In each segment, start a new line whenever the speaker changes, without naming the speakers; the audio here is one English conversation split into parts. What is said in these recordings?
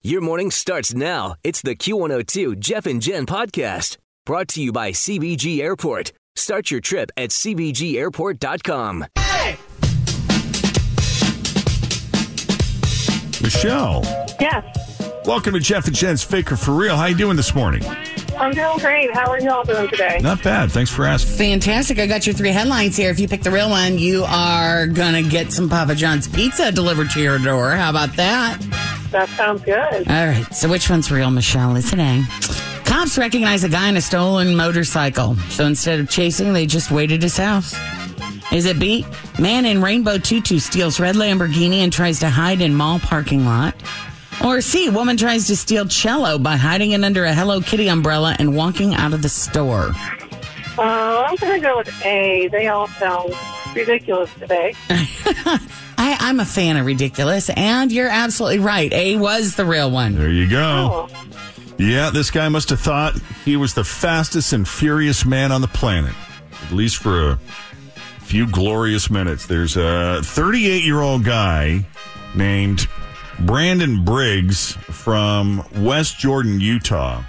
Your morning starts now. It's the Q102 Jeff and Jen podcast brought to you by CBG Airport. Start your trip at CBGAirport.com.
Michelle,
Yes.
welcome to Jeff and Jen's Faker for Real. How you doing this morning?
I'm doing great. How are y'all doing today?
Not bad. Thanks for asking.
Fantastic. I got your three headlines here. If you pick the real one, you are going to get some Papa John's pizza delivered to your door. How about that?
That sounds
Uh,
good.
All right. So, which one's real, Michelle? Is it A? Cops recognize a guy in a stolen motorcycle. So, instead of chasing, they just waited his house. Is it B? Man in rainbow tutu steals red Lamborghini and tries to hide in mall parking lot. Or C, woman tries to steal cello by hiding it under a Hello Kitty umbrella and walking out of the store.
Uh, I'm going to go with A. They all sound ridiculous today.
I, I'm a fan of ridiculous, and you're absolutely right. A was the real one.
There you go.
Oh,
Yeah, this guy must have thought he was the fastest and furious man on the planet, at least for a few glorious minutes. There's a 38 year old guy named Brandon Briggs from West Jordan, Utah.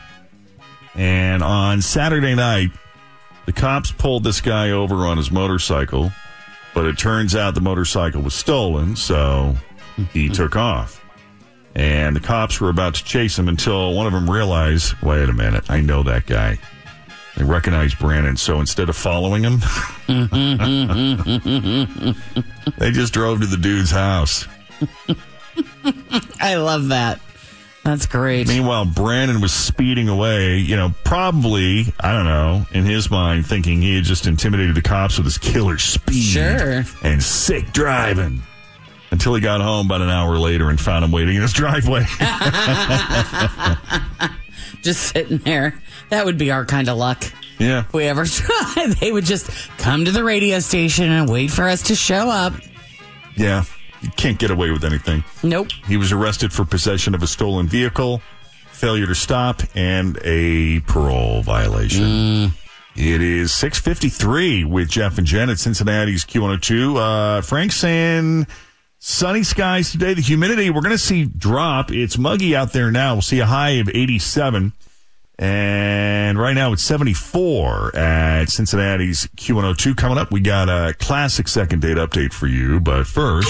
And on Saturday night, the cops pulled this guy over on his motorcycle, but it turns out the motorcycle was stolen, so he took off. And the cops were about to chase him until one of them realized, wait a minute, I know that guy. They recognized Brandon, so instead of following him, they just drove to the dude's house.
I love that. That's great.
Meanwhile, Brandon was speeding away, you know, probably, I don't know, in his mind, thinking he had just intimidated the cops with his killer speed
Sure.
and sick driving. Until he got home about an hour later and found him waiting in his driveway.
Just sitting there. That would be our kind of luck.
yeah.
If we ever tried, they would just come to the radio station and wait for us to show up.
Yeah. You can't get away with anything.
Nope.
He was arrested for possession of a stolen vehicle, failure to stop, and a parole violation. It is 653 with Jeff and Jen at Cincinnati's Q102. Uh, Frank's in sunny skies today. The humidity we're going to see drop. It's muggy out there now. We'll see a high of 87. And right now it's 74 at Cincinnati's Q102. Coming up, we got a classic second date update for you. But first,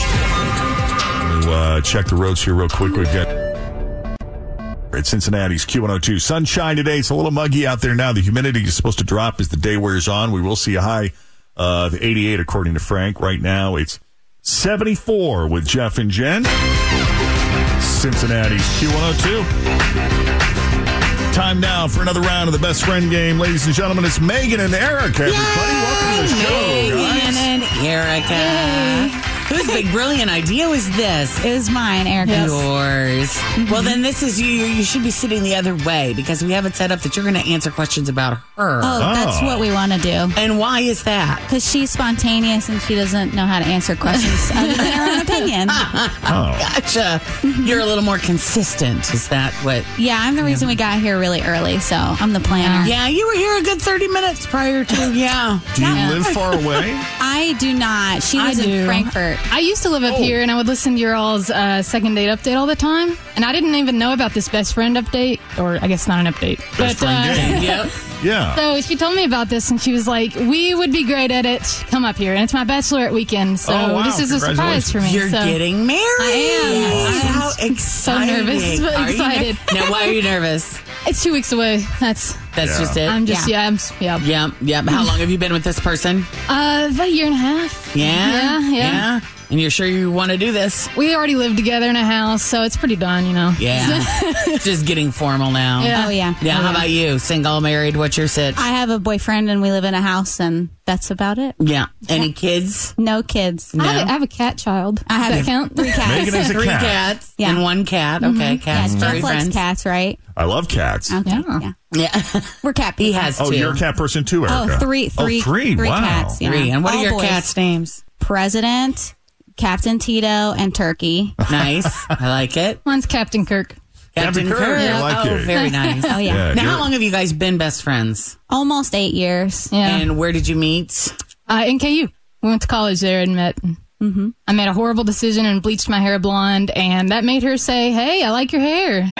we'll uh, check the roads here real quick. We've got at Cincinnati's Q102. Sunshine today. It's a little muggy out there now. The humidity is supposed to drop as the day wears on. We will see a high of 88, according to Frank. Right now, it's 74 with Jeff and Jen. Cincinnati's Q102. Time now for another round of the best friend game. Ladies and gentlemen, it's Megan and Eric, everybody. Welcome to the show,
Megan
guys.
and Erica. Whose big brilliant idea was this?
It was mine, Erica. Oh,
Yours. Well, then this is you. You should be sitting the other way because we have it set up that you're going to answer questions about her.
Oh, that's
Oh.
what we want to do.
And why is that?
Because she's spontaneous and she doesn't know how to answer questions other than her own opinion.
Oh,
Gotcha. You're a little more consistent. Is that what?
Yeah, I'm the reason we got here really early, so I'm the planner.
Yeah, you were here a good 30 minutes prior to. Yeah.
do you live far away?
I do not. She
I
lives in
do.
Frankfurt.
I used to live
Oh.
up here, and I would listen to your all's uh, second date update all the time. And I didn't even know about this best friend update, or I guess not an update. uh,
Best friend game.
Yep.
Yeah.
so she told me about this, and she was like, "We would be great at it. Come up here." And it's my bachelorette weekend, so
Oh, wow.
this is a surprise for me.
You're
so.
getting married. I
am. I'm
How exciting.
nervous, but
Are you ner-
excited.
now, why are you nervous?
It's two weeks away. That's
That's
Yeah.
just it.
I'm just yeah, I'm s- yeah.
Yep, yep. How long have you been with this person?
Uh, about a year and a half.
Yeah.
yeah, yeah.
And you're sure you want to do this?
We already lived together in a house, so it's pretty done, you know.
Yeah. just getting formal now.
Yeah.
Oh, yeah.
Yeah, how about you? Single, married, what's your sit?
I have a boyfriend and we live in a house, and that's about it.
Yeah. Any kids?
No kids.
No.
I, have a, I have a cat child.
I have
Does
a-
that count?
Three cats.
Megan is a
Three
cat.
cats
Yeah.
and one cat. Okay,
Yeah,
cats.
Jeff
Furry
likes
friends.
cats, right?
I love cats.
Okay. Yeah.
Yeah.
We're cat
he
people.
has two.
Oh, you're a cat person too, Erica.
Oh, three,
Oh,
three,
three.
three
wow.
cats. Yeah.
Three. And what
All
are your
boys.
cats' names?
President, Captain Tito, and Turkey.
Nice. I like it.
Mine's Captain Kirk.
Captain Kirk, I like
oh,
it.
very nice.
Oh yeah,
Yeah,
Now,
you're-
how long have you guys been best friends?
almost eight years.
Yeah.
And where did you meet?
Uh, NKU. We went to college there and met. Mm-hmm. I made a horrible decision and bleached my hair blonde, and that made her say, "Hey, I like your hair."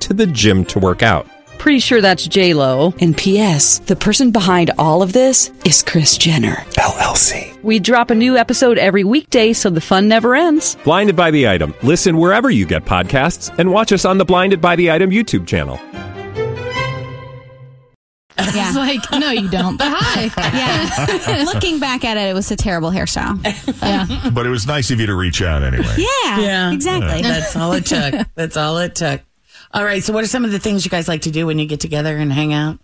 to the gym to work out.
Pretty sure that's J Lo.
And P.S. The person behind all of this is Chris Jenner.
LLC.
We drop a new episode every weekday, so the fun never ends.
Blinded by the item. Listen wherever you get podcasts, and watch us on the Blinded by the Item YouTube channel.
It's
Yeah.
like, no, you don't. But hi.
Yeah. Looking back at it, it was a terrible hairstyle.
But it was nice of you to reach out anyway.
Yeah.
Yeah.
Exactly.
That's all it took. That's all it took. All right. So, what are some of the things you guys like to do when you get together and hang out?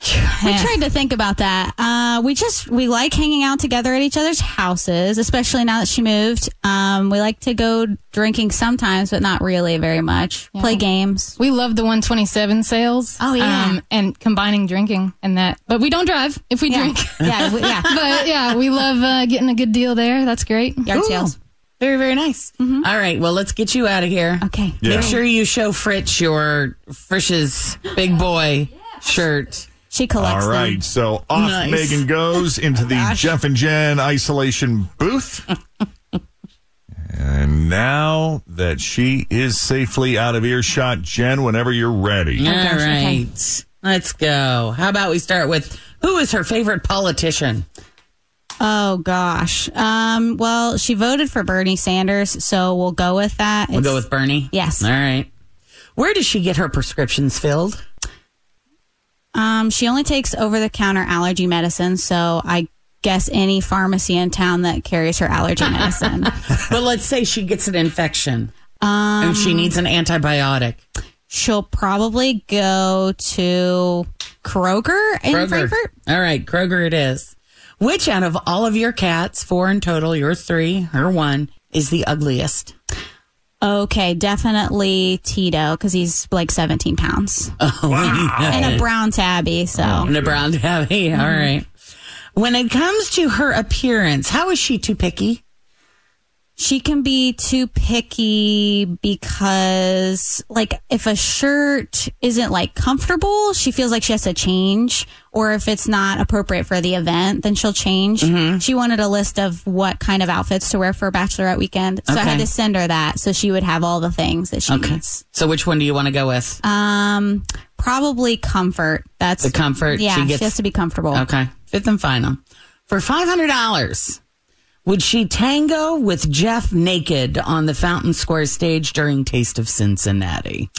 We tried to think about that. Uh, we just we like hanging out together at each other's houses, especially now that she moved. Um, we like to go drinking sometimes, but not really very much. Play games.
We love the 127 sales. um,
Oh, yeah.
and combining drinking and that, but we don't drive if we
Yeah.
drink.
Yeah. We, yeah.
but yeah, we love uh, getting a good deal there. That's great.
Yard sales.
Very, very nice. All right. Well, let's get you out of here.
Okay.
Yeah.
Make sure you show Fritz your Frisch's big boy shirt.
She collects
All right,
them.
so off
Nice.
Megan goes into the Jeff and Jen isolation booth. and now that she is safely out of earshot, Jen, whenever you're ready.
All
Oh, gosh, okay.
right. Let's go. How about we start with who is her favorite politician?
Oh gosh. Um, well, she voted for Bernie Sanders, so we'll go with that.
We'll go with Bernie.
Yes.
All right. Where does she get her prescriptions filled?
Um, she only takes over the counter allergy medicine, so I guess any pharmacy in town that carries her allergy medicine.
but let's say she gets an infection and she needs an antibiotic.
She'll probably go to Kroger in Frankfurt.
All right, Kroger it is. Which out of all of your cats, four in total, your three, her one, is the ugliest?
Okay, definitely Tito because he's like 17 pounds
Oh, yeah.
and a brown tabby. So
and a brown tabby. All right. When it comes to her appearance, how is she too picky?
she can be too picky because like if a shirt isn't like comfortable she feels like she has to change or if it's not appropriate for the event then she'll change
Mm-hmm.
she wanted a list of what kind of outfits to wear for a bachelorette weekend so i
Okay.
had to send her that so she would have all the things that she needs
So which one do you want to go with?
um probably comfort that's
The comfort
yeah
she
she,
gets-
has to be comfortable
Okay. Fifth and final. For $500, would she tango with Jeff naked on the Fountain Square stage during Taste of Cincinnati?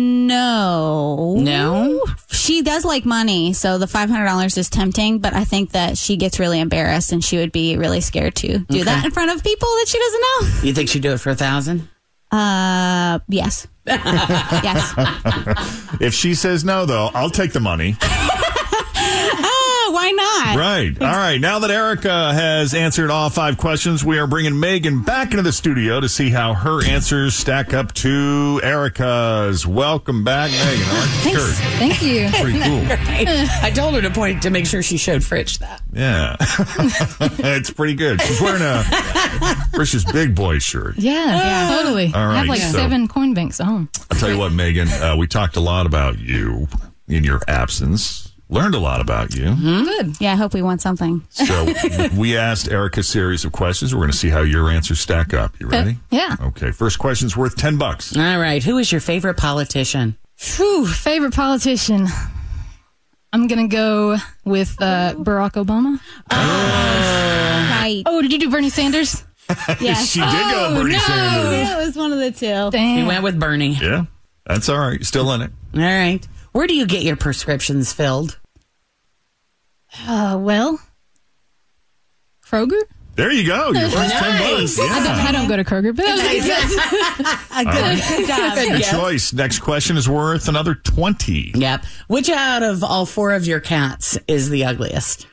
no
No?
She does like money, so the five hundred dollars is tempting. But I think that she gets really embarrassed, and she would be really scared to do that in front of people that she doesn't
You think she'd do it for a thousand?
know. Uh, yes, yes.
If she says no, though, I'll take the money.
Oh, why not?
Right. All right. Now that Erica has answered all five questions, we are bringing Megan back into the studio to see how her answers stack up to Erica's. Welcome back, Megan. I like the shirt.
Thank you.
Pretty cool.
I told her to point to make sure she showed Fritch that.
Yeah. it's pretty good. She's wearing a Frisch's Big Boy shirt.
Yeah, totally.
All
I have
right,
like
so-
seven coin banks at home.
I'll tell you what, Megan, uh, we talked a lot about you in your absence, learned a lot about you.
Good.
Yeah, I hope we want something.
So w- we asked Erica a series of questions. We're going to see how your answers stack up. You ready?
Yeah.
Okay. First question's worth 10 bucks.
All right. Who is your favorite politician?
Whew, favorite politician. I'm gonna go with uh, Barack Obama.
Right.
Oh, did you do Bernie Sanders?
Yes. She did go
oh,
Bernie
no.
Sanders.
It was one of the two.
He
Damn.
went with Bernie.
Yeah. That's all right. You're still in it.
All right. Where do you get your prescriptions filled?
Uh, well, Kroger.
There you go. Your first 10 bucks. Yeah.
I, don't, I don't go to Kroger, but that was a good guess.
A good, good job.
Good choice. Next question is worth another 20.
Yep. Which out of all four of your cats is the ugliest?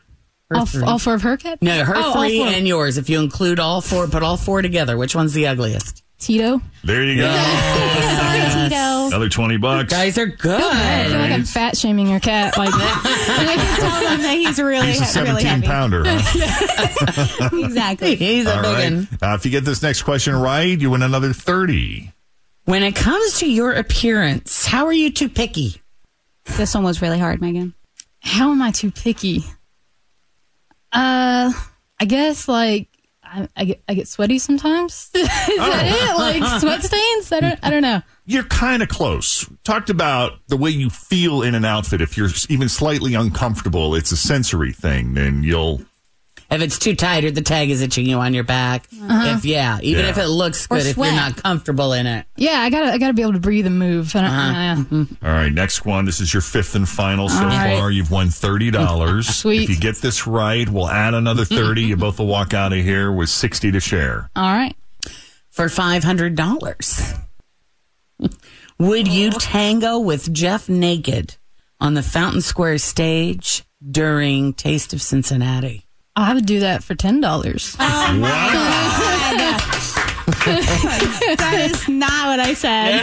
Her
All, f-
three.
all four of her cat.
no, her
Oh, all
three
four.
and yours. If you include all four, put all four together. Which one's the ugliest?
Tito.
There you go.
Sorry, Tito.
Another 20 bucks.
Guys are
I feel
good.
like I'm fat shaming your cat. Like
I can tell him that he's really,
He's a
he- really
17
heavy.
pounder. huh?
Exactly.
He's a
All
big
right.
one.
Uh, if you get this next question right, you win another 30.
When it comes to your appearance, how are you too picky?
This one was really hard, Megan.
How am I too picky? Uh, I guess like I, I get I get sweaty sometimes. Is that it? Like sweat stains? I don't I don't know.
You're kind of close. Talked about the way you feel in an outfit. If you're even slightly uncomfortable, it's a sensory thing, then you'll.
If it's too tight or the tag is itching you on your back.
Uh-huh.
If yeah, even
Yeah.
if it looks
Or
good, if you're
sweat.
not comfortable in it.
Yeah, I gotta I gotta be able to breathe and move. I don't, uh, yeah.
All right, next one. This is your fifth and final so
All right.
far. You've won thirty dollars.
Sweet. Mm-hmm.
If you get this right, we'll add another thirty. you both will walk out of here with sixty to share.
All right.
for five hundred dollars. Would you tango with Jeff naked on the Fountain Square stage during Taste of Cincinnati?
Oh, I would do that for ten dollars.
Wow.
That is not what I said.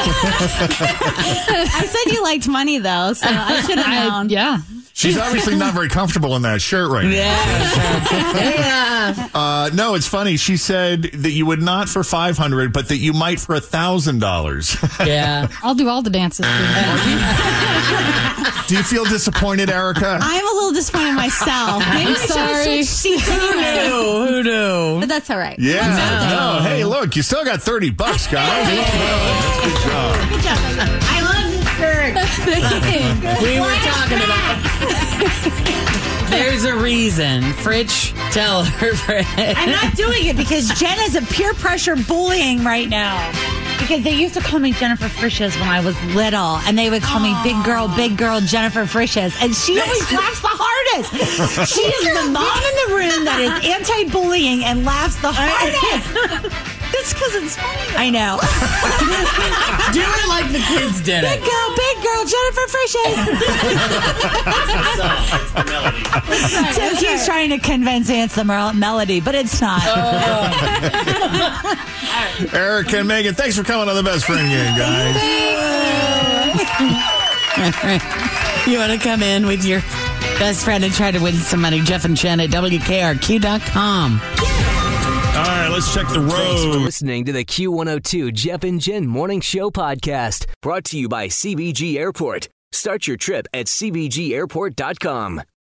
I said you liked money though, so I should have known.
yeah.
She's obviously not very comfortable in that shirt right now. Uh, no, it's funny. She said that you would not for five hundred, but that you might for a thousand dollars.
yeah.
I'll do all the dances.
Do you feel disappointed, Erica?
I'm a little disappointed in myself. Maybe we should've
sorry.
switched seats anyway.
Who who knew?
But that's all right.
Yeah. No. Hey, look, you still got thirty bucks, guys. Well done. Good job.
Good job. I love this shirt.
We were talking about. There's a reason, Fritch. Tell her, Fritch.
I'm not doing it because Jen is a peer pressure bullying right now. Because they used to call me Jennifer Frisches when I was little, and they would call me Big Girl, Big Girl Jennifer Frisches, and she always laughs the hardest. She is the mom in the room that is anti-bullying and laughs the hardest. That's because it's funny. I know.
Do it like the kids did
Big
it.
girl, big girl, Jennifer Frisches. Tim keeps trying to convince Ants the mel- melody, but it's not.
Eric and Megan, thanks for coming on the Best Friend Game, guys.
You want to come in with your best friend and try to win some money? Jeff and Jen at WKRQ.com.
All right, let's check the road.
Listening to the Q102 Jeff and Jen Morning Show podcast, brought to you by CBG Airport. Start your trip at CBGAirport.com.